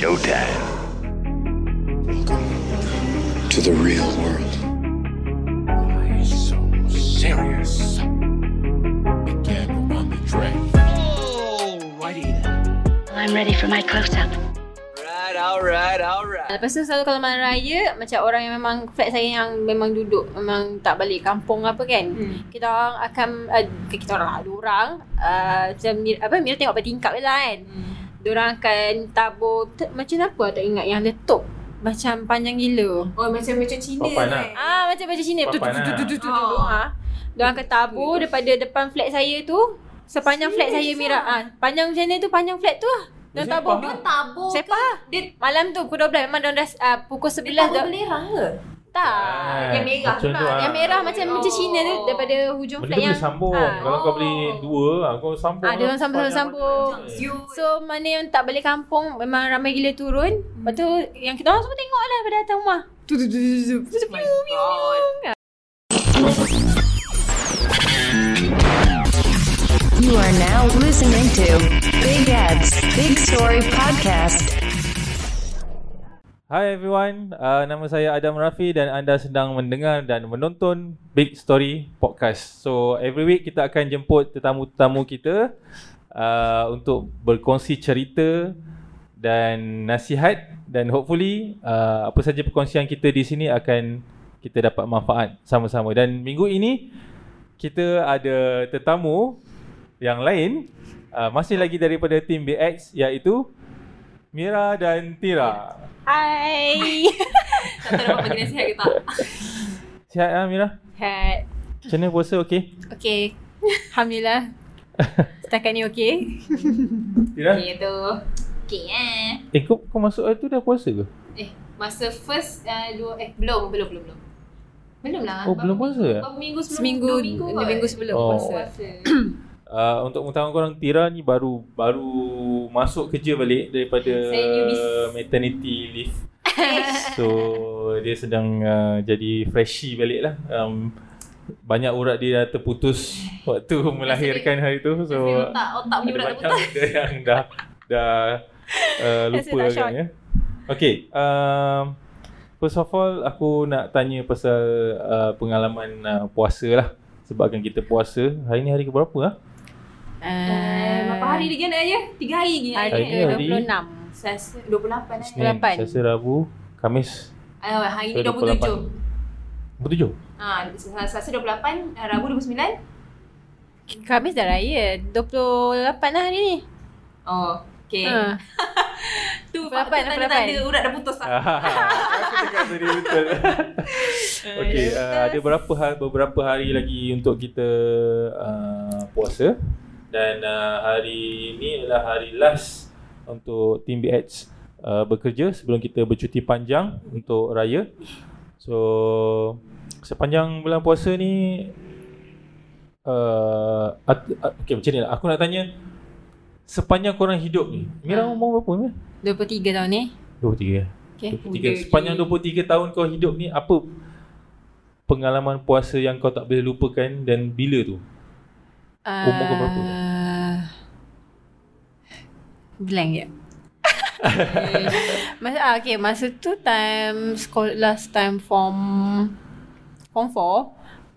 showtime. to the real world. serious. Again on the train. I'm ready for my close-up. Ah, Lepas tu selalu kalau malam raya Macam orang yang memang Flat saya yang memang duduk Memang tak balik kampung apa kan hmm. Kita orang akan uh, Kita orang lah Diorang uh, Macam Mira, apa, Mira tengok bertingkap je lah kan hmm. Diorang akan tabur ter, Macam apa tak ingat Yang letup Macam panjang gila Oh macam macam Cina kan. Papan lah. Ah macam macam sini tu tu Papan tu lah. tu tu tu Ah. ha. Diorang akan tabur daripada depan flat saya tu Sepanjang flat saya Mira ah panjang macam ni tu panjang flat tu lah. Diorang Siapa? tabur. Dia tabur Sepa ke? lah. Dia Malam tu pukul 12 memang diorang dah uh, pukul 11 dia tabur dah- belerang ke? Tak. yang merah tu macam tu lah. lah. Yang merah macam Oh. macam Cina tu daripada hujung flat Benda tu yang boleh sambung. Ah. Kalau kau beli dua, ah, kau sambung. Ah, dia orang sambung-sambung. Panjang. So mana yang tak balik kampung memang ramai gila turun. Lepas tu yang kita orang semua tengok lah pada atas rumah. Tu tu tu tu, tu. Tu, tu, piu, piu, piu. You are now listening to Big Ads Big Story Podcast. Hi everyone, uh, nama saya Adam Rafi dan anda sedang mendengar dan menonton Big Story Podcast. So every week kita akan jemput tetamu-tetamu kita uh, untuk berkongsi cerita dan nasihat dan hopefully uh, apa saja perkongsian kita di sini akan kita dapat manfaat sama-sama. Dan minggu ini kita ada tetamu yang lain uh, masih lagi daripada tim BX iaitu Mira dan Tira. Hai. Tak tahu dapat bagi nasihat ke tak? Sihat lah Mira? Hat. Macam mana puasa okey? Okay. Alhamdulillah. Setakat ni okay. Mira? Ya tu. Okay eh. Eh kau, kau masuk hari tu dah puasa ke? Eh, masa first uh, dua eh belum belum belum belum. Belum lah. Oh, belum puasa eh? Berapa minggu sebelum Seminggu, dua minggu, minggu, kot. minggu sebelum Oh. puasa. puasa. Uh, untuk mengetahui korang Tira ni baru baru masuk kerja balik daripada Saya newbies. maternity leave. so dia sedang uh, jadi freshie balik lah. Um, banyak urat dia dah terputus waktu melahirkan hari tu. so, So otak otak punya ada budak banyak putus. benda yang dah dah uh, Rasa lupa tak kan shock. ya. Okay, um, first of all aku nak tanya pasal uh, pengalaman uh, puasa lah. Sebab kan kita puasa, hari ni hari ke berapa lah? Eh, Berapa hari lagi nak je? Tiga hari lagi nak Hari Hari ke ni hari- 26. Selasa 28 eh. Senin, 28. Selasa, Rabu, Kamis Ah, hari ni So, 28. 27. 27? Ha, Selasa 28, ah, Rabu 29. Khamis dah raya. 28 lah hari ni. Oh, okay. Ha. Tu 28, fakta tanda-tanda 28. urat dah putus Ah. lah. aku cakap tadi betul Okay, uh, ada berapa hari, beberapa hari lagi untuk kita uh, puasa Dan uh, hari ini adalah hari last untuk Team BH uh, bekerja sebelum kita bercuti panjang untuk raya So, sepanjang bulan puasa ni uh, at, at, Okay, macam ni lah, aku nak tanya Sepanjang korang hidup ni Mira Ah. umur berapa Mira? 23 tahun ni. 23 Okay. 23 sepanjang 23 tahun kau hidup ni apa pengalaman puasa yang kau tak boleh lupakan dan bila tu? Umur kau berapa? Ah, Eh, Blank je. masa, ah, okay, masa tu time sekolah, last time form form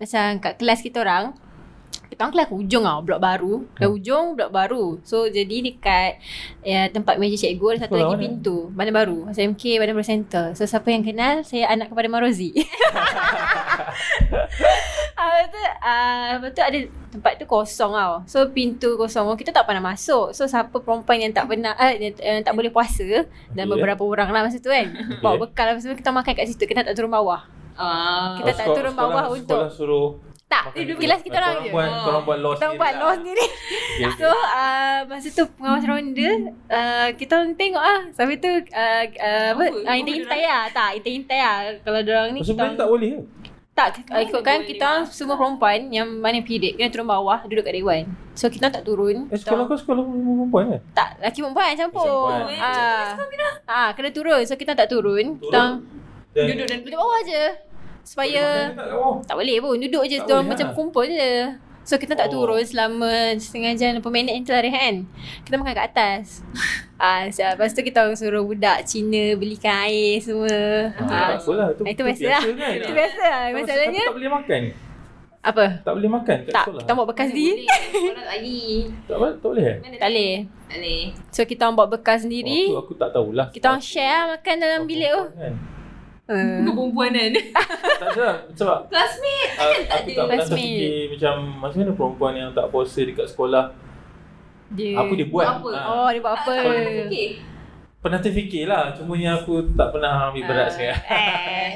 4 macam kat kelas kita orang kita orang kelas hujung tau, blok baru. Kelas Hmm. hujung, blok baru. So, jadi dekat ya, tempat meja cikgu, ada satu Sekolah lagi mana? pintu. Bandar Baru. SMK Bandar Baru Center. So, siapa yang kenal, saya anak kepada Marozi. Ah, lepas tu, ah, lepas tu ada tempat tu kosong tau. So pintu kosong. Oh, Kita tak pernah masuk. So siapa perempuan yang tak pernah ah, yang, yang tak boleh puasa dan Okey. beberapa orang lah masa tu kan. Bawa bekal apa semua kita makan kat situ. Kita tak turun bawah. Ah. Kita tak sekol- turun sekolah- bawah untuk- sekolah suruh Tak. makan dekat- Kelas kita Ah, orang korang je. Buat, Oh. Korang buat law Kita orang buat law lah. sendiri. Okay, okay. So uh, masa tu pengawas ronda uh, kita orang tengok ah. Sampai tu uh, uh, apa? Apa? Ah, intai-intai lah. Tak, intai-intai lah. Kalau dorang ni So, kita sebenarnya orang- tak boleh eh? ke? Tak, Mana ikutkan boleh kita orang semua perempuan yang mana period kena turun bawah duduk kat dewan. So kita orang tak turun. Eh, Kita sekolah orang- kau sekolah perempuan eh? ke? Tak, laki perempuan campur. Perempuan. Eh, Ah. Ah, kena turun. So kita tak turun. Kita orang Dan Duduk dan Oh, duduk bawah je. Supaya Makan tak kat bawah. tak boleh pun duduk je Tak tu boleh, macam ha. kumpul je. So kita tak Oh. oh. turun selama setengah jam 20 minit yang terlari kan Kita makan kat atas Ah, so, Lepas tu kita orang suruh budak Cina belikan air semua Ah, ah, tak apalah tu. Itu biasa lah kan? Itu biasa lah Tapi- Masalahnya tapi tak boleh makan. Apa? Tak boleh makan kat Tak, sekolah. kita buat bekas sendiri Kalau tak Ali. Tak boleh. Tak boleh eh? Mana Tak boleh Tak boleh. So kita orang buat bekas Waktu sendiri aku tak tahulah. Kita orang share lah makan dalam bilik tu Kan? Ah. Perempuan kan. Tak ada lah. sebab Classmate. uh, aku tak pernah Classmate. terfikir macam macam mana perempuan yang tak puasa dekat sekolah. Dia Apa dia buat? Apa? Ah. Oh dia buat Eh, apa tak pernah Pernah terfikir lah Cuma yang aku tak pernah ambil Ah, berat sangat eh.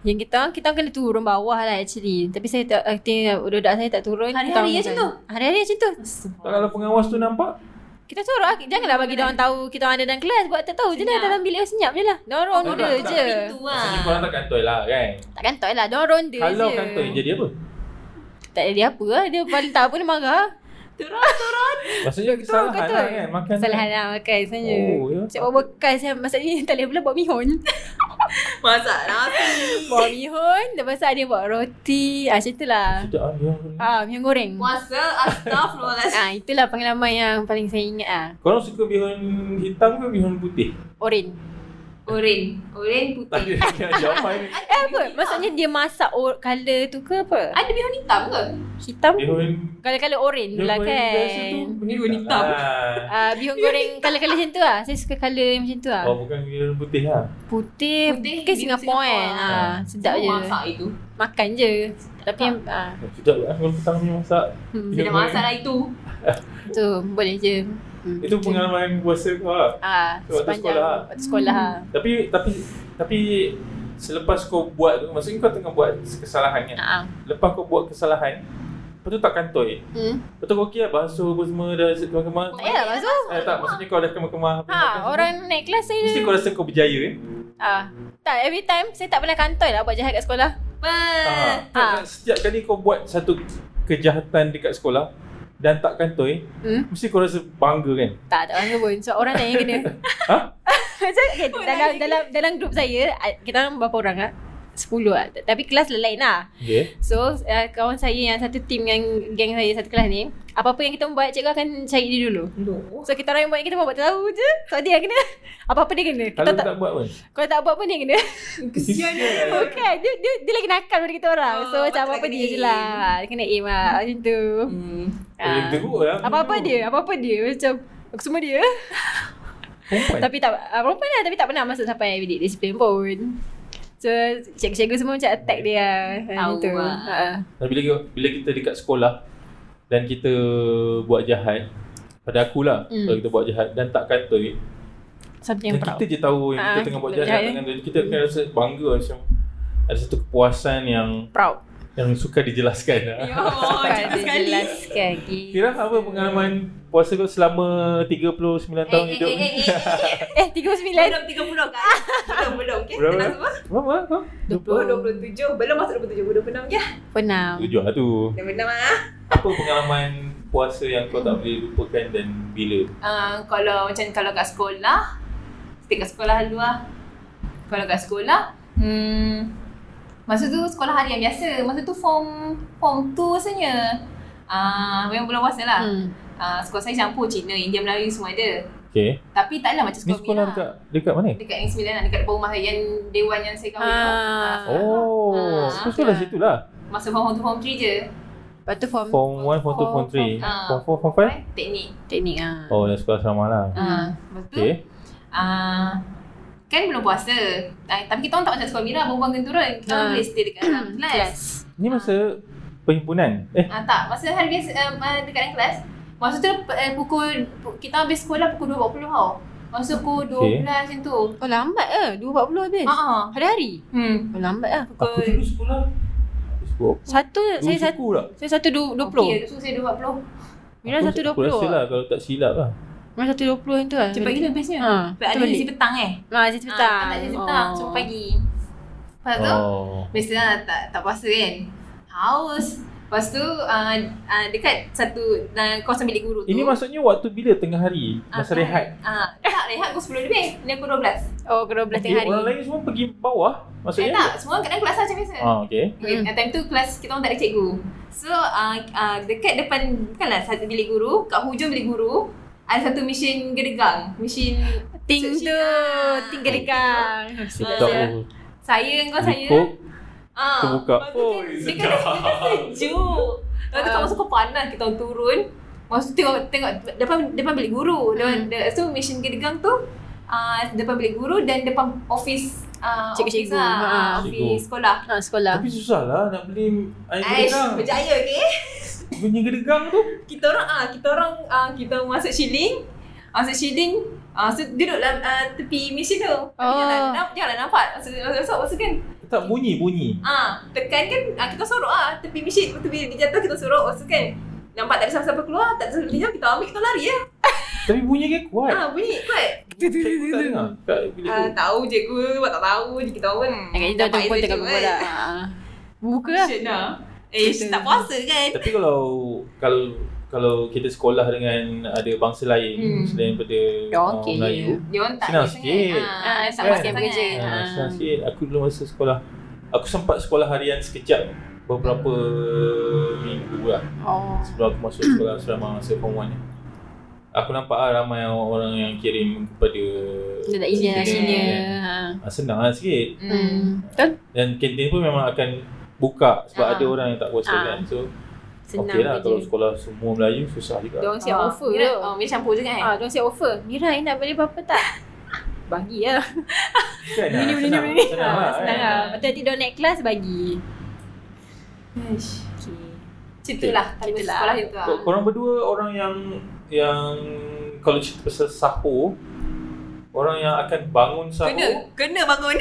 Yang kita orang- kita orang kena turun bawah lah actually. Tapi saya tak I think budak saya tak turun. Hari-hari Kita orang macam bukan. Hari-hari macam tu. Tak kalau pengawas tu nampak Kita suruh ah, janganlah bagi dia orang tahu kita orang ada dalam kelas buat tak tahu je lah Senyap. dalam bilik senyap je lah. Dia orang ronda tak, tak. je. Pintu lah. Maksudnya korang tak kantoi lah kan Tak kantoi lah, dia orang ronda je. Kalau kantoi jadi apa? Tak ada dia apa lah, dia paling tak apa dia marah. Turun. Maksudnya kesalahan kantoi. lah kan Makan Salah lah makan sebenarnya. Oh, ya. Cik buat bekas yang masa ni tak boleh pula buat mihun. Masak nasi. buat mihun, lepas tu ada buat roti. Ah, macam tu lah. Sedap lah dia Ah, mihun goreng. Puasa. Astagfirullahaladzim. Ah, itulah pengalaman yang paling saya ingat ah. Korang suka bihun hitam ke bihun putih? Oren. Oren. Oren putih. Tak ada jawapan ni Eh apa? Maksudnya dia masak or- colour tu ke apa? Ada bihun hitam ke? Hitam? Bihun Colour-colour oren tu bihun lah biasa tu kan. Bihun hitam lah. Ah, bihun goreng colour-colour macam tu lah. Saya suka colour yang macam tu lah. Oh bukan bihun putih lah Putih, Putih, putih biru kan Singapura Singapore. lah. kan. Ah, sedap Semua je. Masak itu. Makan je. Tapi yang ah, Sedap lah kalau petang ni masak Hmm. Bihun Bila goreng. masak lah itu. tu boleh je. Hmm, Itu tu. pengalaman puasa kau lah Ah, waktu sepanjang sekolah. waktu sekolah. ah. Tapi tapi tapi selepas kau buat tu maksudnya kau tengah buat kesalahan Hmm. kan. Ah. Lepas kau buat kesalahan Lepas tu tak kantoi Hmm. Lepas tu kau kira basuh apa semua dah kemar-kemar Tak payah lah basuh. Eh tak maksudnya kau dah kemar-kemar habis makan Ha, semua. orang naik kelas saya. Mesti kau rasa kau berjaya eh Ah. Tak, every time saya tak pernah kantoi lah buat jahat kat sekolah. ha. Ah. Setiap kali kau buat satu kejahatan dekat sekolah Dan tak kantoi Hmm. Mesti kau rasa bangga kan Tak, tak bangga pun. Sebab orang lain yang kena. Ha? Macam okay, dalam, dalam, dalam grup saya, ah, kita orang berapa orang lah? Sepuluh lah. Ta- Tapi kelas lain lah. Yeah So, uh, kawan saya yang satu team dengan geng saya satu kelas ni, apa-apa yang kita buat, cikgu akan cari dia dulu. So, kita orang yang buat, kita buat tak tahu je. So, dia yang kena. Apa-apa dia kena. Kita Kalau tak, tak, tak buat pun kalau tak buat pun dia kena. Kesian Bukan, dia, dia, dia lagi nakal daripada kita orang. Oh, so, macam patutlah apa-apa kena dia je aim. lah. Dia kena aim lah. Macam tu. Hmm. Boleh Ah. tegur lah Apa-apa dia, apa-apa dia. Macam, aku semua dia. Perempuan Tapi tak uh, Perempuan lah Tapi tak pernah masuk sampai bidik disiplin pun So cikgu-cikgu semua macam attack dia Macam Tahu tu lah. uh, Dan bila bila kita dekat sekolah dan kita buat jahat pada akulah Hmm. kalau kita buat jahat dan tak kantoi Something dan yang proud kita je tahu yang kita Ah, tengah buat kita jahat, jahat, tak kantoi kita akan rasa bangga macam ada satu kepuasan yang Proud yang suka dijelaskan lah. Ya Allah. Kan Cepat dia sekali. jelaskan okay. Kira apa pengalaman puasa kau selama 39 tahun Eh, eh, hidup? eh, eh, eh, eh. Eh 39 Belum 30 kan? Belum, belum. Okay, Berapa? tenang semua. Berapa kau? 20 20, 27. Belum masuk 27. 26 je. Pernah Tujuh lah tu. 26 lah. Apa pengalaman puasa yang kau tak boleh lupakan dan bila? Uh, kalau macam kalau kat sekolah, stay kat sekolah dulu lah. Kalau kat sekolah, hmm, masa tu sekolah harian biasa. Masa tu form form 2 rasanya. Ah, uh, memang bulan puasa lah. Hmm. hmm. Uh, sekolah saya campur Cina, India, Melayu semua ada. Okay. Tapi taklah macam Ni sekolah sekolah Mira. dekat dekat mana? Dekat yang sembilan lah, dekat depan rumah saya yang dewan yang saya kahwin. Ah. tu. Ah, Oh, kau sekolah ah. situ lah. Masa form 1 form 3 je. Lepas tu form Form 1, form 2, form 3 Ah. Form 4, form Right? Teknik. teknik ah. five? Oh, dah sekolah sama lah Ah, lepas tu, Okay ah, kan belum puasa. Ah, tapi kita orang tak macam sekolah Mira, buang kena turun. Kita orang Ah. boleh stay dekat dalam kelas. Ni masa perhimpunan Eh, Ah, tak, masa hari biasa um, ah, dekat dalam kelas. Masa tu uh, pukul, pu- kita habis sekolah pukul 2.40 tau. Masa pukul 12 Okay. macam tu. Oh lambat eh 2.40 habis Ah, ah. Hari-hari Hmm. Oh lambat lah aku dulu sekolah Sekolah Satu Dulu Saya satu suku lah Saya satu du- dua Okay, puluh so saya 2.40. Mira Aku- satu dua Aku rasa puluh lah kalau tak silap lah Mira satu dua puluh tu lah Cepat gila bestnya. Ha, Sebab Ah. ada betul. sesi petang eh. Ah, Saya Ah, petang Tak ada sesi petang, Oh. cuma pagi. Lepas tu, Oh Biasalah tak, tak puasa kan Haus Lepas tu uh, uh, dekat satu uh, kawasan bilik guru tu Ini maksudnya waktu bila tengah hari? Ah, Masa kan? rehat? Ah, tak rehat aku 10 lebih. Ni aku 12. Oh, kena 12 Okay, tengah hari. Orang lain semua pergi bawah Eh maksudnya? tak, semua kadang kelas lah macam biasa. Ah, okay. Okay, Mm. mm. time tu kelas kita orang tak ada cikgu. So uh, uh, dekat depan bukanlah satu bilik guru, kat hujung bilik guru ada satu mesin gedegang, mesin Ting Sushi, tu, ah. ting gedegang. Sedap. Ah, saya dengan kau saya. Lekuk Ah, terbuka. lepas tu kan, dia kata dia kata sejuk. Lepas tu kat masuk kau panas kita orang turun. Lepas tu tengok tengok depan depan bilik guru. Depan Hmm. de, so mesin gedegang tu uh, depan bilik guru dan depan office uh, Cikgu-cikgu. Office, lah, Ha. office Ah. Cikgu. sekolah. Ha, sekolah. Tapi susah lah nak beli air Aish, gedegang. berjaya okay? Bunyi gedegang tu. kita orang ah kita orang ah kita masuk shilling masuk shilling ah so duduklah ah, tepi mesin tu oh. Oh. janganlah namp- janganlah nampak masuk masuk masuk, masuk kan Tak bunyi bunyi. ah tekan kan ah, kita sorok ah tepi mesin tu bila dia jatuh kita sorok masuk kan nampak tak ada siapa-siapa keluar tak ada siapa keluar kita ambil kita lari ya Tapi bunyi dia kuat. ah bunyi kuat Cikgu tak dengar. Kat bilik ah tu. tahu je aku buat tak tahu je kita orang Agaknya dia Nampak tengok pun je tengah tu, berbual kan. lah. Ha. Buka lah. Action lah eh Betul. tak puasa kan Tapi kalau kalau kalau kita sekolah dengan ada bangsa Hmm. lain selain daripada uh, Ya, Okey. Melayu. dia orang tak Senang ada sikit. sangat. ah Ah, tak senang makan sikit sangat bekerja. Ha, Ah. senang sikit. Aku dulu masa sekolah Aku sempat sekolah harian sekejap Beberapa minggu lah Oh. Sebelum aku masuk sekolah asrama masa form 1 ni Aku nampak lah ramai orang yang kirim kepada Dia nak izin lah sini. Ha. Ah, Senang lah sikit Hmm. Hmm. lah Betul? Dan kantin pun memang akan buka Sebab Ah. ada orang yang tak puasa Ah. kan So Senang okey lah kerja. Kalau sekolah semua Melayu susah juga Dia orang siap Ah, offer Mira- tu. Oh, Mira campur je kan? Ah, dia siap offer. Mira, you nak beli apa-apa tak? Bagi lah. Kan lah, Beli, beli, senang, beli. senang lah Ah, Senang kan? lah. Lepas tu nanti dia naik kelas bagi. Eish. Okay. Macam tu lah. Macam Macam tu tu lah. Sekolah itu lah. Kor- Korang berdua orang yang yang kalau cerita pasal sahur orang yang akan bangun sahur Kena, kena bangun.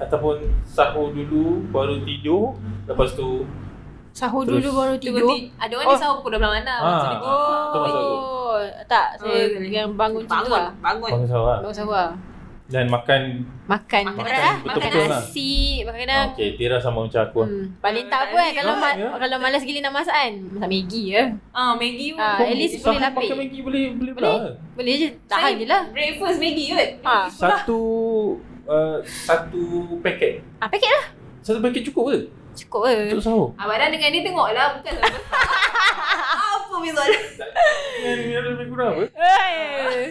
ataupun sahur dulu baru tidur lepas tu Sahur Terus. dulu baru Tiba tidur. ada orang Oh. ni sahur pukul 12 malam. Ah. Macam tu. Tu masuk aku. Oh, tak. Saya Oh, yang bangun situ Bangun, lah. bangun. bangun sahur lah. Bangun sahur lah. dan makan Makan. Makan berat lah. betul-betul Makan lah. nasi. Makan ah, kadang. okey Tira sama macam aku hmm. Hmm. Paling tak apa kan kalau ma- Ya. kalau malas gila nak masak kan masak Maggi je. Ah, Maggi pun. Ah, at least boleh lapik. pakai Maggi boleh boleh lah. Boleh. boleh Boleh je Saya tahan je lah. Breakfast Maggi kot. Ha. satu uh, satu paket Ah paket lah. satu paket cukup ke Cukup je. untuk sahur Abang Dan dengan dia tengok lah. Bukan lah. Apa beza dia? Hmm. ni ada lebih kurang Eh, apa Hei.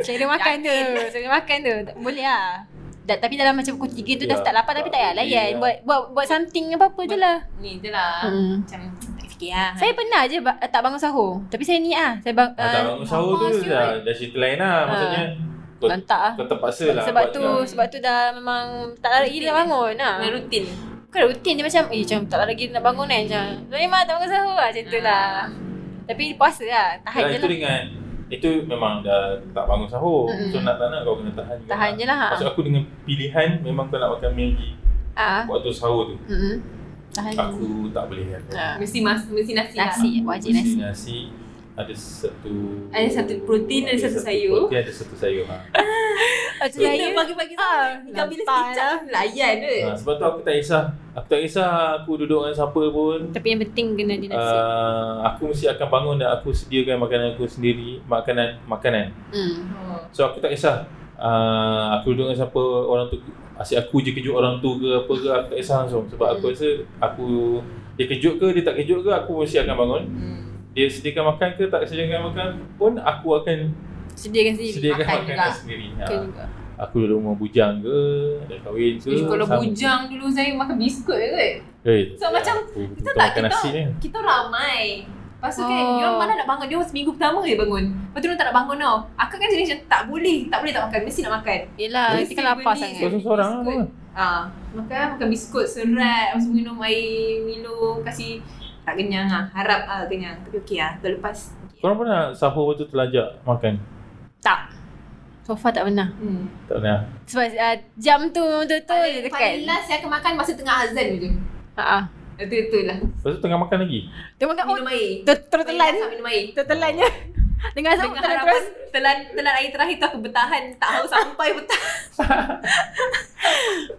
Saya makan tu. Saya makan tu. Tak boleh lah. Da, tapi dalam macam pukul 3 tu dah Ya, start lapar tapi tak payah tak layan. boleh lah. Buat buat buat something apa-apa je lah. Ni je lah. Hmm. Macam tak fikir lah. Saya pernah je ba- tak bangun sahur. Tapi saya ni ah, saya bang, ah, tak bangun sahur tu siul. dah dah cerita lain lah Ah. maksudnya kau, Lantak ah. kau terpaksa lah Sebab buat tu lah. sebab tu dah memang tak larat gila nak bangun ah. Dengan rutin. Bukan rutin dia macam Eh macam tak larat gila nak bangun kan Macam Memang tak bangun sahur lah Macam tu lah Tapi puasa lah Tahan je Dan Hmm. itu lah dengan itu memang dah tak bangun sahur. Mm-mm. So nak tak nak kau kena tahan juga. Tahan je lah ha. Maksud aku dengan pilihan memang kau nak makan Maggi Ah. waktu sahur tu. Mm-mm. Tahan je Aku tak boleh aku. Ah. Mesti mas, mesti nasi, Nasi lah. Wajib nasi Mesti nasi. Ada satu Ada satu protein, ada satu sayur. Protein, ada satu sayur. Ha. Macam Kita saya pagi-pagi Ah, sahur. Tinggal bila lapar sekejap. Layan je. ha. Sebab tu aku tak kisah. Aku tak kisah aku duduk dengan siapa pun. Tapi yang penting kena dia nasi Uh, aku mesti akan bangun dan aku sediakan makanan aku sendiri makanan makanan mm. Oh. So aku tak kisah uh, Aku duduk dengan siapa Orang tu Asyik aku je kejut orang tu ke apa ke Aku tak kisah langsung Sebab aku rasa Aku Dia kejut ke Dia tak kejut ke Aku mesti akan bangun Hmm. Dia sediakan makan ke Tak sediakan makan pun Aku akan Sediakan sendiri Sediakan makan makan makanan juga. sendiri Makan ha. juga Aku dulu rumah bujang ke Dah kahwin ke Ish, kalau sama- bujang dulu saya makan biskut je kan? kot. Eh, So, macam aku Kita betul tak, makan kita, nasi ni kita ramai. Lepas tu kan, Oh. dia orang malah nak bangun. Dia orang seminggu pertama je bangun. Lepas tu dia orang tak nak bangun tau. Akak kan jenis macam tak boleh, tak boleh tak makan. Mesti nak makan. Yelah Mesti Nanti kan lapar beli. sangat Kau seorang lah Biskut. bangun. Ah, makan, makan biskut, serat, mesti minum air Milo, kasih tak kenyang ah. Harap ah kenyang. Tapi okey ah, terlepas. Korang pernah sahur waktu terlajak makan? Tak So far tak pernah Hmm. Tak pernah Sebab uh, jam tu betul-betul je Paling, dekat paling last saya akan makan masa tengah azan je. Haa Itu itu lah. Lepas tu tengah makan lagi? Dia makan oh Minum air. ter- Tertelan Paling last Minum air. Tertelan je Dengan asam Dengan terus harapan terus telan telan air terakhir tu aku bertahan tak haus sampai bertahan.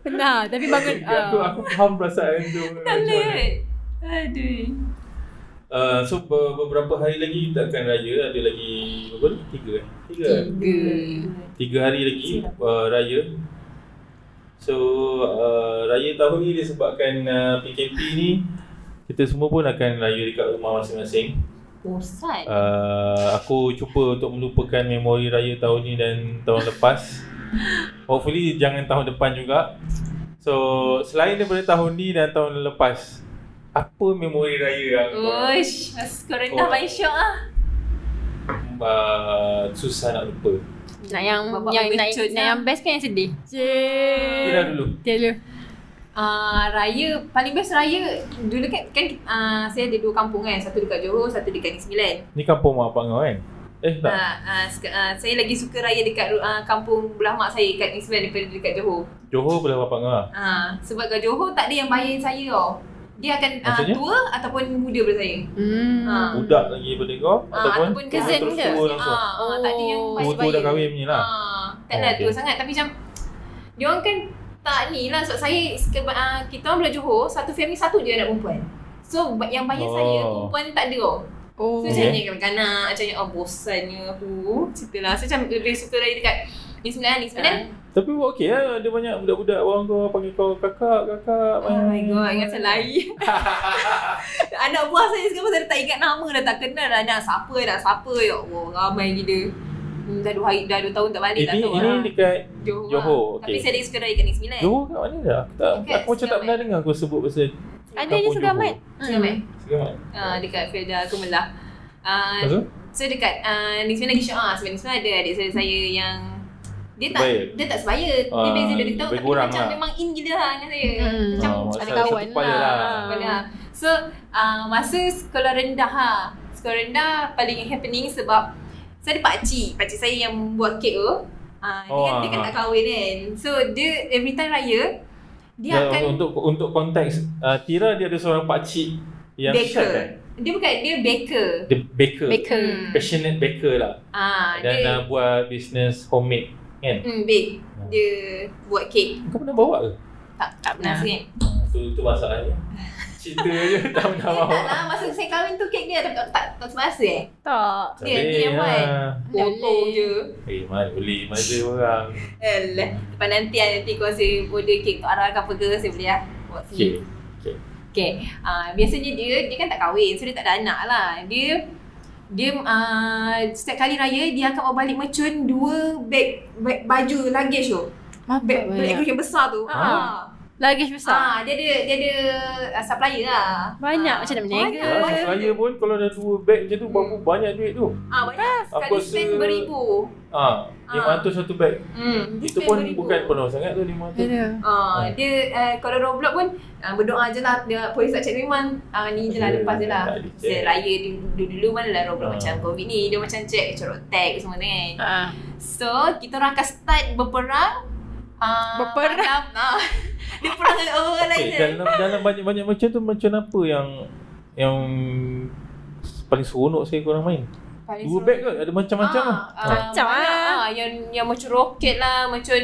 Pernah Tapi bangun aku, ah. aku faham perasaan tu Tak boleh. Aduh. Uh, so be- beberapa hari lagi kita akan raya ada lagi berapa ni? Tiga eh? Tiga eh? Tiga hari lagi uh, raya. So uh, raya tahun ni disebabkan uh, PKP ni kita semua pun akan raya dekat rumah masing-masing. Bosan. Uh, aku cuba untuk melupakan memori raya tahun ni dan tahun lepas. Hopefully jangan tahun depan juga. So selain daripada tahun ni dan tahun lepas, apa memori raya yang korang- Uish, skor rendah Oh. oh. banyak syok ah. uh, susah nak lupa? Nak yang Bapak yang nak, pengecut nak lah. yang best kan yang sedih. Eh. Ira Cik. dulu. Dia dulu. Uh, raya, paling best raya dulu kan, kan uh, saya ada dua kampung kan. Satu dekat Johor, satu dekat Negeri Sembilan. Ni kampung mak abang kau kan? Eh Uh, tak. uh, sek- uh, saya lagi suka raya dekat uh, kampung belah mak saya dekat Negeri Sembilan daripada dekat Johor. Johor belah bapak kau. lah. Uh, sebab kat Johor tak ada yang bayarin saya tau. Dia akan uh, Maksudnya? tua ataupun muda daripada saya. Hmm. Ha. Budak lagi daripada kau Ah, ataupun, ataupun cousin terus ke? tua langsung. Ah, ah, tak ada yang Oh. Oh, tua dah kahwin punya lah. Ah, tak nak Oh, tua okay. sangat tapi macam dia orang kan tak ni lah sebab saya keba- ah, kita orang belah Johor satu family satu je anak perempuan. So ba- yang bayar oh. saya Oh. perempuan tak ada tau. Oh. So macam ni kan kanak macam ni oh bosannya aku. Cerita lah. So macam lebih suka raya dekat ni sembilan ni sembilan. Tapi buat okey lah. Ada banyak budak-budak orang kau panggil kau kakak, kakak. hmm. Oh my god, ingat saya lari Anak buah saya sekarang saya tak ingat nama dah tak kenal dah Anak siapa, anak siapa Ya Allah, ramai gila hmm, Dah dua hari, dah dua tahun tak balik tak Eh, Ini, tahu ini lah. dekat Johor, Johor, lah. Tapi okey. saya ada suka raya kat Negeri Sembilan Johor kat mana dah? Aku, tak, Dekat aku macam tak Segamat. pernah dengar kau sebut pasal Ada je kampung segamat. Johor. Segamat. Hmm. Segamat. Ah, dekat Felda Kemelah. Ah, Lepas tu? so dekat uh, Nismin lagi syok ah. Sebab Nismin ada adik saya, saya yang dia tak Sebaya. dia tak sebaya. Dia Ah, beza dari tahun lebih tapi dia kurang macam lah. memang in gila lah dengan saya. Hmm. Macam Ah, ada satu- kawan satu kepala lah. Sekolah. So uh, masa sekolah rendah ha. Sekolah rendah paling happening sebab saya ada pakcik. Pakcik saya yang buat kek tu. Uh, dia, Oh, kan, dia kan ah. tak kahwin kan. So dia every time raya dia Ya, akan untuk untuk konteks uh, Tira dia ada seorang pakcik yang baker. chef, eh? Dia bukan dia baker. Dia baker. Baker. Hmm. Passionate baker lah. Ah, Dan dia uh, buat bisnes homemade kan. Hmm, bake. Dia buat kek. Kau pernah bawa ke? Tak tak pernah Nah. sangat. Tu tu masalahnya. Cerita je tak pernah Eh, bawa. tak lah. Masa saya kahwin tu kek dia tak tak, tak, tak semasa eh. Tak. Dia- dia yang Sedih, buat. ah. Potong je. Eh, mana beli masa orang. Alah. Lepas nanti ah, nanti kalau saya order kek tu arah ke apa ke saya boleh lah. Buat sendiri. Okey. Okay. Ah, biasanya dia dia kan tak kahwin. So dia tak ada anak lah. Dia dia uh, setiap kali raya dia akan bawa balik mercun dua beg, beg baju luggage tu. Beg, beg luggage yang besar tu. Ha. Ah. Lagi besar. Ah, dia ada dia ada uh, supplier lah. Banyak Ah, macam nak berniaga. banyak. Rasa saya Ya, pun kalau dah dua beg macam tu berapa banyak duit tu. Ah, banyak. Sekali Aku spend rasa- beribu. Ah, Ah. 500 satu beg. Hmm, dia Itu spend pun beribu. bukan penuh sangat tu 500. Aduh. Ah, dia uh, kalau Roblox pun uh, berdoa je lah dia polis tak check memang ah ni je lah Ya, lepas je lah. tak ada check. Saya raya dulu dulu mana lah Roblox Ah. macam COVID ni dia macam check corok tag semua tu kan. Ah. So kita orang akan start berperang. Uh, Berperang? Uh, dia perang dengan orang lain. Okey, je. dalam dalam banyak-banyak macam tu macam apa yang yang paling seronok saya korang main? Paling Dua seronok. beg kot, ada macam-macam lah. ah, Ah. Macam banyak, ah. ah, yang yang macam roket lah, macam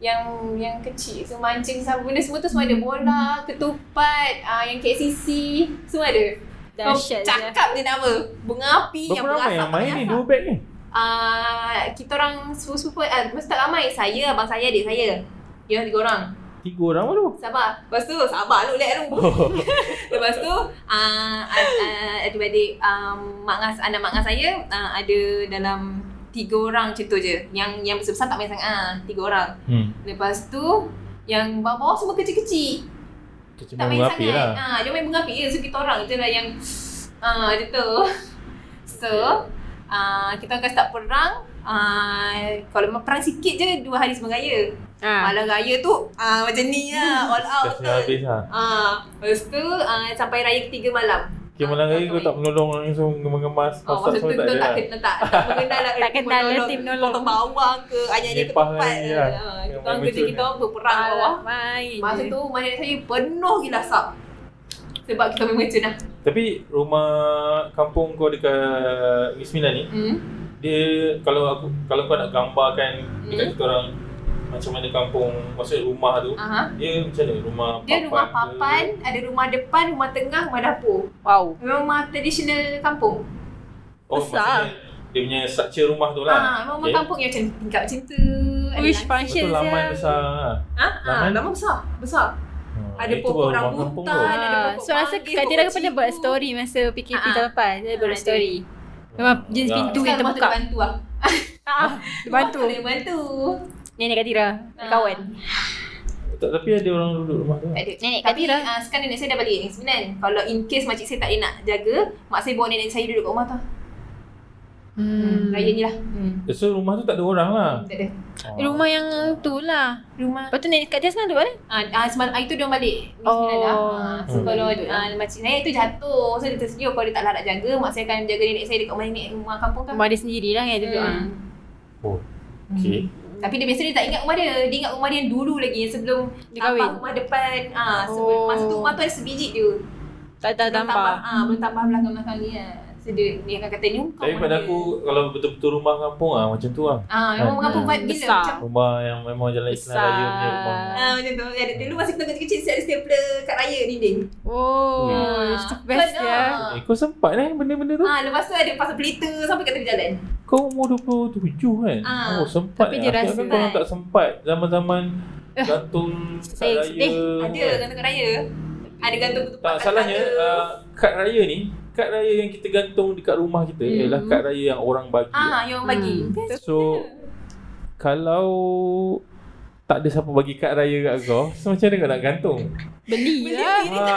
yang yang kecil tu mancing sama benda semua tu semua Hmm. ada bola, ketupat, ah, yang KCC semua ada. Kau Dahsyat je. cakap je nama Bunga api Berapa ramai yang main ni? Dua berasap. beg ni? Ah, kita orang sepupu-sepupu ah, Mesti tak ramai Saya, abang saya, adik saya Dia orang tiga orang Tiga orang baru. Sabar Lepas tu sabar lu lek lu Lepas tu uh, uh, adik-adik um, mak ngas, anak mak ngas saya uh, ada dalam tiga orang macam tu je. Yang yang besar-besar tak main sangat. Ah, tiga orang. Hmm. Lepas tu yang bawah-bawah semua kecil-kecil. Kecil Tak main bunga api sangat. lah. Ah, dia main bunga api je. So kita orang je lah yang ah macam tu. So ah kita akan start perang. Ah kalau memang perang sikit je dua hari sebelum raya. Ah. Malam raya tu ah macam ni lah all Dah out. setengah betul. habis lah. Ah, lepas tu ah, sampai raya ketiga malam. Okay, malam Ah, hari kau tak menolong langsung mengemas. Oh, masa masak tu semua kita tak, tak ada lah. kenal tak, tak mengenal lah Tak kenal lah tim nolong. Potong bawang ke, ayam-ayam Lepas ketupat ni ke. Ha, lah. Yang lah. Kita orang main kerja mercun kita orang berperang bawah. Malah main. Masa je. tu mana saya penuh gila sap. Sebab kita main mercun lah. Tapi rumah kampung kau dekat Ismina ni, Hmm. dia kalau aku kalau kau nak gambarkan dekat kita orang macam mana kampung maksudnya rumah tu Aha. dia macam mana rumah Ah. Dia rumah ke? papan, ada rumah depan, rumah tengah, rumah dapur. Wow. Rumah tradisional kampung. oh, besar. maksudnya dia punya struktur rumah tu Ha, lah rumah Okay. kampung yang macam tingkat macam tu. ada lang- Wish Lepas tu function laman dia. besar lah. Ha? Ha, Laman? lama besar. Besar. Hmm, Ada itu pokok baru rumah rambutan, kampung tu. ada Ah, pokok so manggis, rasa kat dia pokok pernah buat cipu. story masa PKP Ah, ah. tahun lepas. Dia buat Ah, story. Memang jenis Ya. pintu Sekarang rumah yang tu terbuka. dia bantu lah. Ah, dia bantu. Dia bantu. Nenek Kadira, Ah. kawan. Tak, tapi ada orang duduk rumah tu. lah. Tak ada. Nenek Tapi Kadira. uh, sekarang nenek saya dah balik ni sebenarnya. Kalau in case makcik saya tak boleh nak jaga, mak saya bawa nenek saya duduk kat rumah tu. Hmm. Hmm. Raya ni lah. Hmm. So rumah tu tak ada orang lah. Tak ada. Rumah yang tu lah. Rumah. Lepas tu nenek kat dia sekarang tu kan? Ah, ah semalam hari tu dia orang balik. Ni Oh. sembilan dah. Ah, so Hmm. kalau ah, makcik saya tu jatuh. So dia tersedia kalau dia tak larat jaga, mak saya akan jaga nenek saya dekat rumah nenek rumah kampung tu. Rumah dia sendiri lah yang duduk. Hmm. Hmm. Oh. Okay. Tapi dia biasa dia tak ingat rumah dia. Dia ingat rumah dia yang dulu lagi yang sebelum Dia kahwin? tapak rumah depan. Ah, sebelum Oh. masa tu rumah tu ada sebiji dia. Tak tak Belum tambah. Hmm. Ah, belum tambah belakang-belakang ni lah. So dia, dia akan kata ni kau Tapi pada aku kalau betul-betul rumah kampung ah macam tu lah. Ah, memang Kan? orang pun vibe gila Besar. macam Rumah yang memang jalan Islam Besar. Raya punya rumah. Ah, macam tu. Ya, dulu masa kita kecil-kecil saya ada stapler kat raya dinding. Oh, Hmm. it's the best Kena. ya. Eh, kau sempat eh benda-benda tu? Ah, lepas tu ada pasal pelita sampai kat tepi jalan. Kau umur 27 kan? Ah. Oh sempat. Tapi eh. dia Aku rasa- ingat korang tak sempat. Zaman-zaman gantung kat Eh, raya. eh, Eh. Ada gantung kat raya. Ada gantung ketupat. Hmm. Tak, kat salahnya kepala. uh, kad raya ni, kad raya yang kita gantung dekat rumah kita Hmm. ialah kad raya yang orang bagi. Ah, yang orang bagi. Hmm. Best. uh, So kalau tak ada siapa bagi kad raya kat kau, so macam mana kau nak gantung? Beli lah. Ha,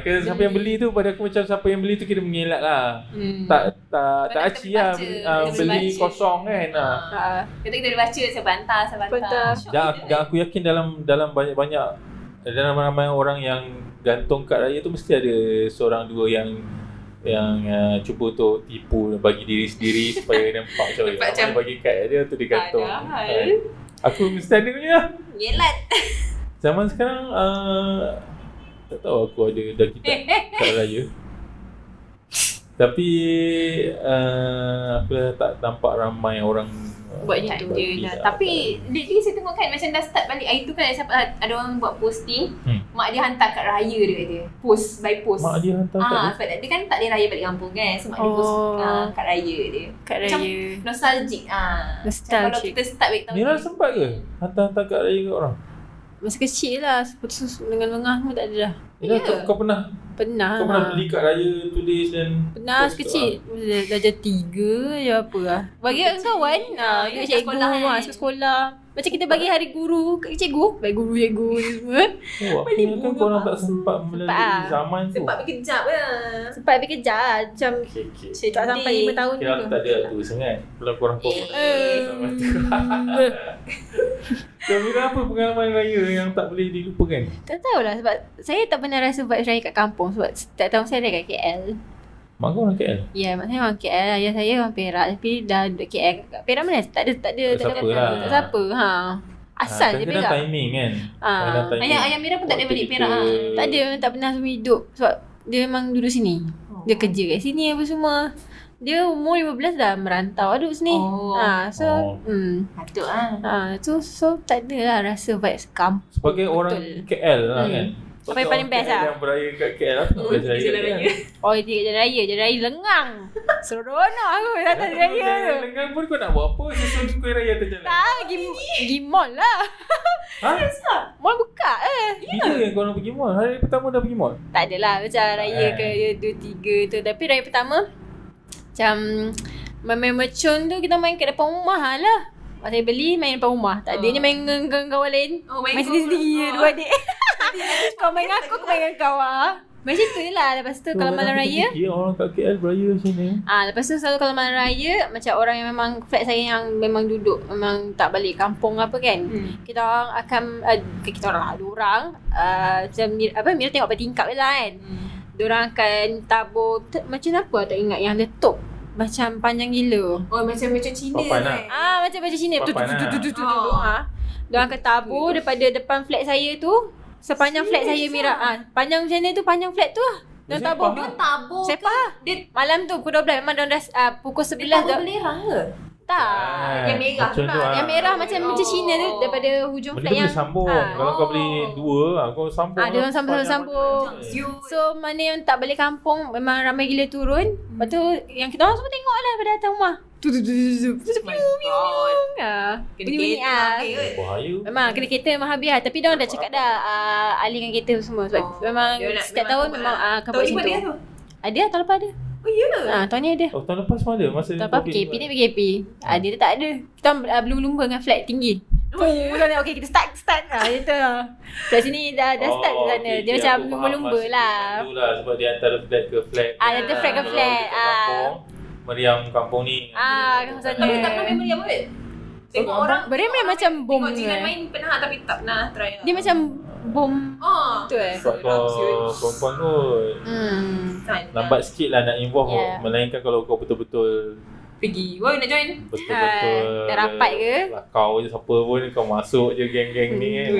kata siapa yang beli tu pada aku macam siapa yang beli tu kira mengelak lah. Hmm. Tak tak Sebab tak tak aci lah terbaca, beli, tak ah, beli terbaca. kosong kan. ah. Ah. Kata kita boleh baca saya bantah, saya Bantah. bantah. Syok Dan, gila. dan aku yakin dalam dalam banyak-banyak dalam ramai orang yang gantung kad raya tu mesti ada seorang dua yang yang uh, cuba untuk tipu dan bagi diri sendiri supaya nampak macam Nampak orang macam- eh. yang bagi kad dia tu dia gantung. Padahal. Kan. Aku mesti ada punya. Nyelat. Zaman sekarang uh, tak tahu aku ada dah kita kat raya. Tapi uh, aku dah tak nampak ramai orang uh, Tak Buat macam tu. ada lah. bagi lah. Tapi lately saya tengok kan macam dah start balik hari tu kan ada siapa ada orang buat posting, Hmm. mak dia hantar kat raya dia kat dia. Post by post. mak dia hantar kat Ah, dia. sebab dia kan tak boleh raya balik kampung kan. So mak dia post Oh. ah, kat raya dia. Kat Macam raya. Nostalgic ah. Macam Kalau Nostalgic. kita start balik tahun Nira ni. sempat ke hantar-hantar kat raya kat orang? Masa kecil lah. Putus lengah-lengah pun tak ada dah. Nira Ya. yeah. kau pernah Pernah. kau pernah beli kat raya tulis dan Pernah post kat sekecil Dah darjah tiga je apa lah Bagi kat Kecil. kawan Ah, ah, Kat ingat cikgu sekolah sekolah, kan? kan? sekolah Macam kita bagi hari guru Kat cikgu Bagi guru cikgu ni semua orang. Oh, aku Beli ingatkan bunga kau orang tak palsu. sempat melalui ah. zaman tu. Sempat berkejap lah. Sempat pergi kerja lah Macam Okey, okey. tak sampai lima tahun Kira aku tu tak ada tu sangat. Kalau korang kau pun tak ada zaman tu. Eh, So, Mira apa pengalaman raya yang tak boleh dilupakan? Tak tahulah sebab Saya tak pernah rasa vibes raya kat kampung Sebab setiap tahun saya raya kat KL Mak kau orang KL? Ya yeah, mak saya orang KL Ayah saya orang Perak Tapi dah duduk KL Kat Perak mana? Tak ada Tak ada Tak siapa ada- lah. Tak siapa ha. Asal je Perak. Perak timing kan? Ah. Kadang-kadang timing. Ayah ayah Mira pun tak boleh Waktu balik kita- Perak ah. Tak ada memang tak pernah semua hidup Sebab dia memang duduk sini Dia kerja kat sini apa semua Dia umur 15 dah merantau duduk sini Oh. ha, So Oh. oh. Hmm, Patut ah. ha, so, so tak ada lah rasa vibes kampung Sebagai Betul. orang KL lah Hmm. kan? Apa yang paling best KL lah? Yang beraya kat KL Apa yang best Jalan raya kat raya. KL? Oh dia jalan raya Jalan raya lengang Seronok aku datang jalan raya tu Lengan pun kau nak buat apa? Susun kuih raya tu jalan. Tak pergi, pergi mall lah Ha? Mall buka eh Bila yang korang pergi mall? Hari pertama dah pergi mall? Tak adalah macam raya kan? eh. ke ya, dua tiga tu Tapi raya pertama Macam main mercun tu kita main kat depan rumah lah Mak saya beli main depan rumah Tak adanya Ah. main dengan dengan kawan lain Oh, main Main kau- sendiri-sendiri je ah. dua adik Kau main dengan aku, aku main dengan kau ah. Macam tu je lah Lepas Oh, tu kalau malam raya Ya orang kat KL beraya macam ni. Ah, lepas tu selalu kalau malam raya macam orang yang memang flat saya yang memang duduk memang tak balik kampung apa kan. Hmm. Kita orang akan uh, kita orang lah, orang uh, macam Mira, apa Mira tengok bertingkap je lah kan. Hmm. Diorang akan tabur te, Macam apa tak ingat Yang letup Macam panjang gila Oh macam macam Cina Papan kan. lah. Ah macam macam sini Tu tu Papan tu tu lah. tu tu tu Oh. tu ah. Diorang akan tabur Daripada depan flat saya tu Sepanjang flat saya Mira lah. ah, Panjang macam ni tu Panjang flat tu lah Diorang Maksudnya tabur faham? Dia tabur Sepah Dia Malam tu pukul 12 Memang diorang dah ah, Pukul 11 dia tabur dah belerang ke? Tak Yang Tak. merah Macam tu tu, lah. ah. Yang merah macam Oh. macam Cina tu daripada hujung Benda flat tu yang boleh sambung. Ah. Kalau kau beli Oh. dua, ah, kau sambung. Ah, dia orang sambung- sambung. Siu. So mana yang tak balik kampung memang ramai gila turun. Hmm. Lepas tu yang kita orang semua tengok lah pada atas rumah. Tu tu tu tu tu. Tu tu piu piu. Ah, Kena bunyi-bunyi kereta ah. habis kot. Bahaya. Memang kena kereta memang habis lah. Tapi dia orang dah cakap dah uh, alihkan kereta semua sebab Oh. oh. memang Dia nak- lah. setiap tahun memang ah akan buat Tahun ni macam boleh tu. tu. Ada tahun lepas ada. Oh ya. Yeah. Ah, tahun ni ada. Oh, tahun lepas pun ada masa Tahun lepas PKP ni PKP. Ah, dia tak ada. Kita orang, ah, berlumba-lumba dengan flat tinggi. Oh, Puh, dah nak okay kita start start ah macam tu. lah. Kat sini dah dah start oh, sana. okey, dia okey, macam aku faham lumba-lumba maksud lah. dia tu lah sebab dia antara flat ke flat. Ah, dia antara flat ke Kalau flat, dekat ah. kampung, Meriam kampung ni. Ah, kat sana. Tapi tak pernah memori apa kot. Tengok abang- orang Beriam tengok dia orang macam main- bom Tengok jiran eh. main pernah tapi tak pernah try lah. Dia macam bom Oh tu eh. Sebab kau perempuan kot. Hmm. Lambat sikit lah nak involve Yeah. Melainkan kalau kau betul-betul Pergi Wah nak join Betul-betul Hai, Ah, dah rapat ke? lah, Kau je siapa pun Kau masuk je geng-geng ni kan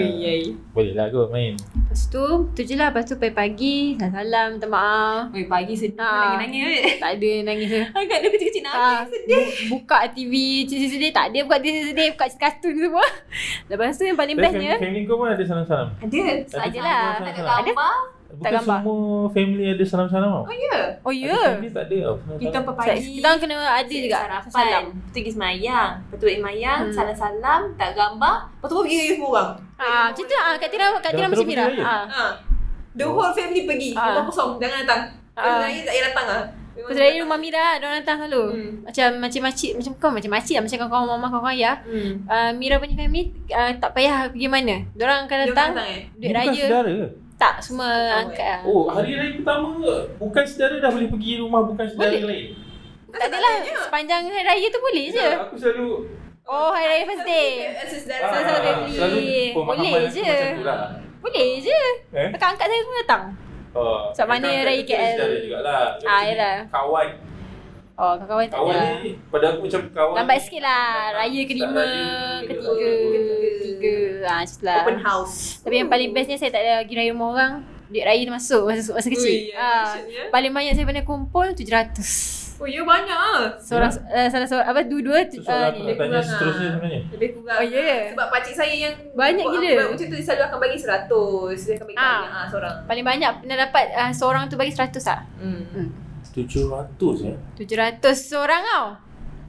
Boleh lah kot main Lepas tu, tu je lah. Lepas tu pagi-pagi, salam, minta maaf. Oi pagi sedih Ah. Nangis-nangis Tak ada nangis ke. Agak dia kecil-kecil Ah, nangis bu- buka TV sedih-sedih tak ada buka TV sedih buka kartun semua lepas tu yang paling Tapi bestnya family, family kau pun ada salam-salam Ada tak ada lah Tak ada Ada? gambar Bukan Tak gambar. semua family ada salam-salam tau Oh ya oh ya Ada family tak ada tau Kita salam-salam. sampai Sebab pagi kita orang kena ada juga Sarapan Lepas tu pergi semayang Lepas tu balik semayang Hmm. Salam-salam Tak gambar Lepas tu pun pergi dengan semua orang ah macam tu ah kat Tira kat Tira Dalam macam Teluk Mira Berjaya? ah ha. The whole family pergi Ah. Rumah kosong Jangan datang Ah. Saya tak payah datang lah Memang tak Lepas tu dari datang. rumah Mira, dia orang datang selalu. Hmm. Hmm. Macam macam makcik, macam kau macam makcik lah. Macam kawan-kawan mama, kawan-kawan ayah. Hmm. Uh, Mira punya family uh, tak payah pergi mana. Dia orang akan Dia datang, datang eh duit Bukan raya. saudara Tak, semua tahu angkat. lah. Oh hari raya pertama ke? Bukan saudara dah boleh pergi rumah Bukan saudara Boleh. lain tak adalah. Oh, Sepanjang hari raya tu boleh je. Ya. Tak, Aku selalu Oh, hari raya first day. Saudara Saudara Ah, family. Selalu pemahaman Boleh aku je. macam tu lah Boleh je. Eh? Kakak angkat saya semua datang. Oh, Sebab mana kan raya betul KL? Saudara jugalah Ah, yelah. Kawan Oh, kawan-kawan tak Kawan ada. ni Pada aku macam kawan Lambat sikit lah. Datang, Raya start kelima, raya, ketiga, kedua. ketiga. Ah, macam tu lah. Open house Tapi yang paling bestnya saya tak ada pergi raya rumah orang. Duit raya tu masuk masa, masa kecil. Ui, ya, Ah, maksudnya? paling banyak saya pernah kumpul 700. Oh ya banyak ah. Seorang uh, salah seorang apa dua-dua Tu tu, soalan uh, ni. lah aku nak lebih tanya kurang seterusnya lah. sebenarnya Lebih kurang ah. Oh, ya. Sebab pakcik saya yang Banyak buat gila. aku buat Macam tu dia selalu akan bagi 100 Dia akan bagi Ah. banyak ah, seorang Paling banyak pernah dapat uh, seorang tu bagi 100 ah. hmm. Tujuh ratus eh 700 seorang tau.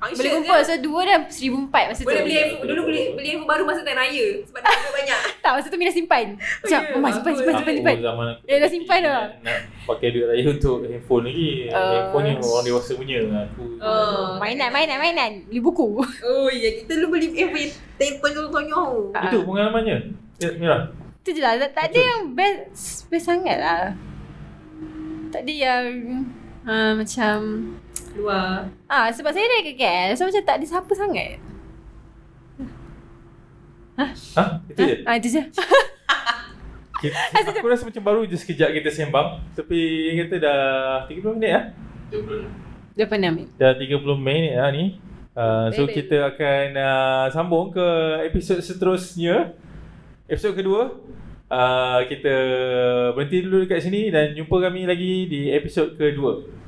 Function Boleh je. kumpul so dua dah 1004 masa ya. tu. Boleh beli handphone Dulu beli beli handphone baru masa time raya Sebab dia duit banyak Tak masa tu Mira simpan. Macam ya, oh, mak simpan simpan simpan simpan. Aku zaman aku Eh, dah simpan dah. Nak pakai duit raya untuk handphone lagi Ah. Handphone ni orang dewasa punya Aku Oh. Mainan mainan mainan. Beli buku. Oh ya kita dulu beli handphone Telefon tonyong Itu pengalamannya Ya, Mira Tu je lah. Tak, tak ada Betul. yang best, best sangat lah. Tak ada yang uh, macam... Luar Ah, sebab saya dari ke KL. So macam tak ada siapa sangat. Ha? Itu je? Ah, itu je. Kita, Ah, aku rasa macam baru je sekejap kita sembang Tapi yang kata dah 30 minit lah Dia pernah ambil. Dah 30 minit lah ni uh, So Betul. kita akan uh, sambung ke episod seterusnya Episod kedua uh, Kita berhenti dulu dekat sini Dan jumpa kami lagi di episod kedua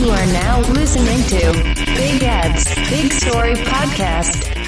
You are now listening to Big Ads, Big Story Podcast.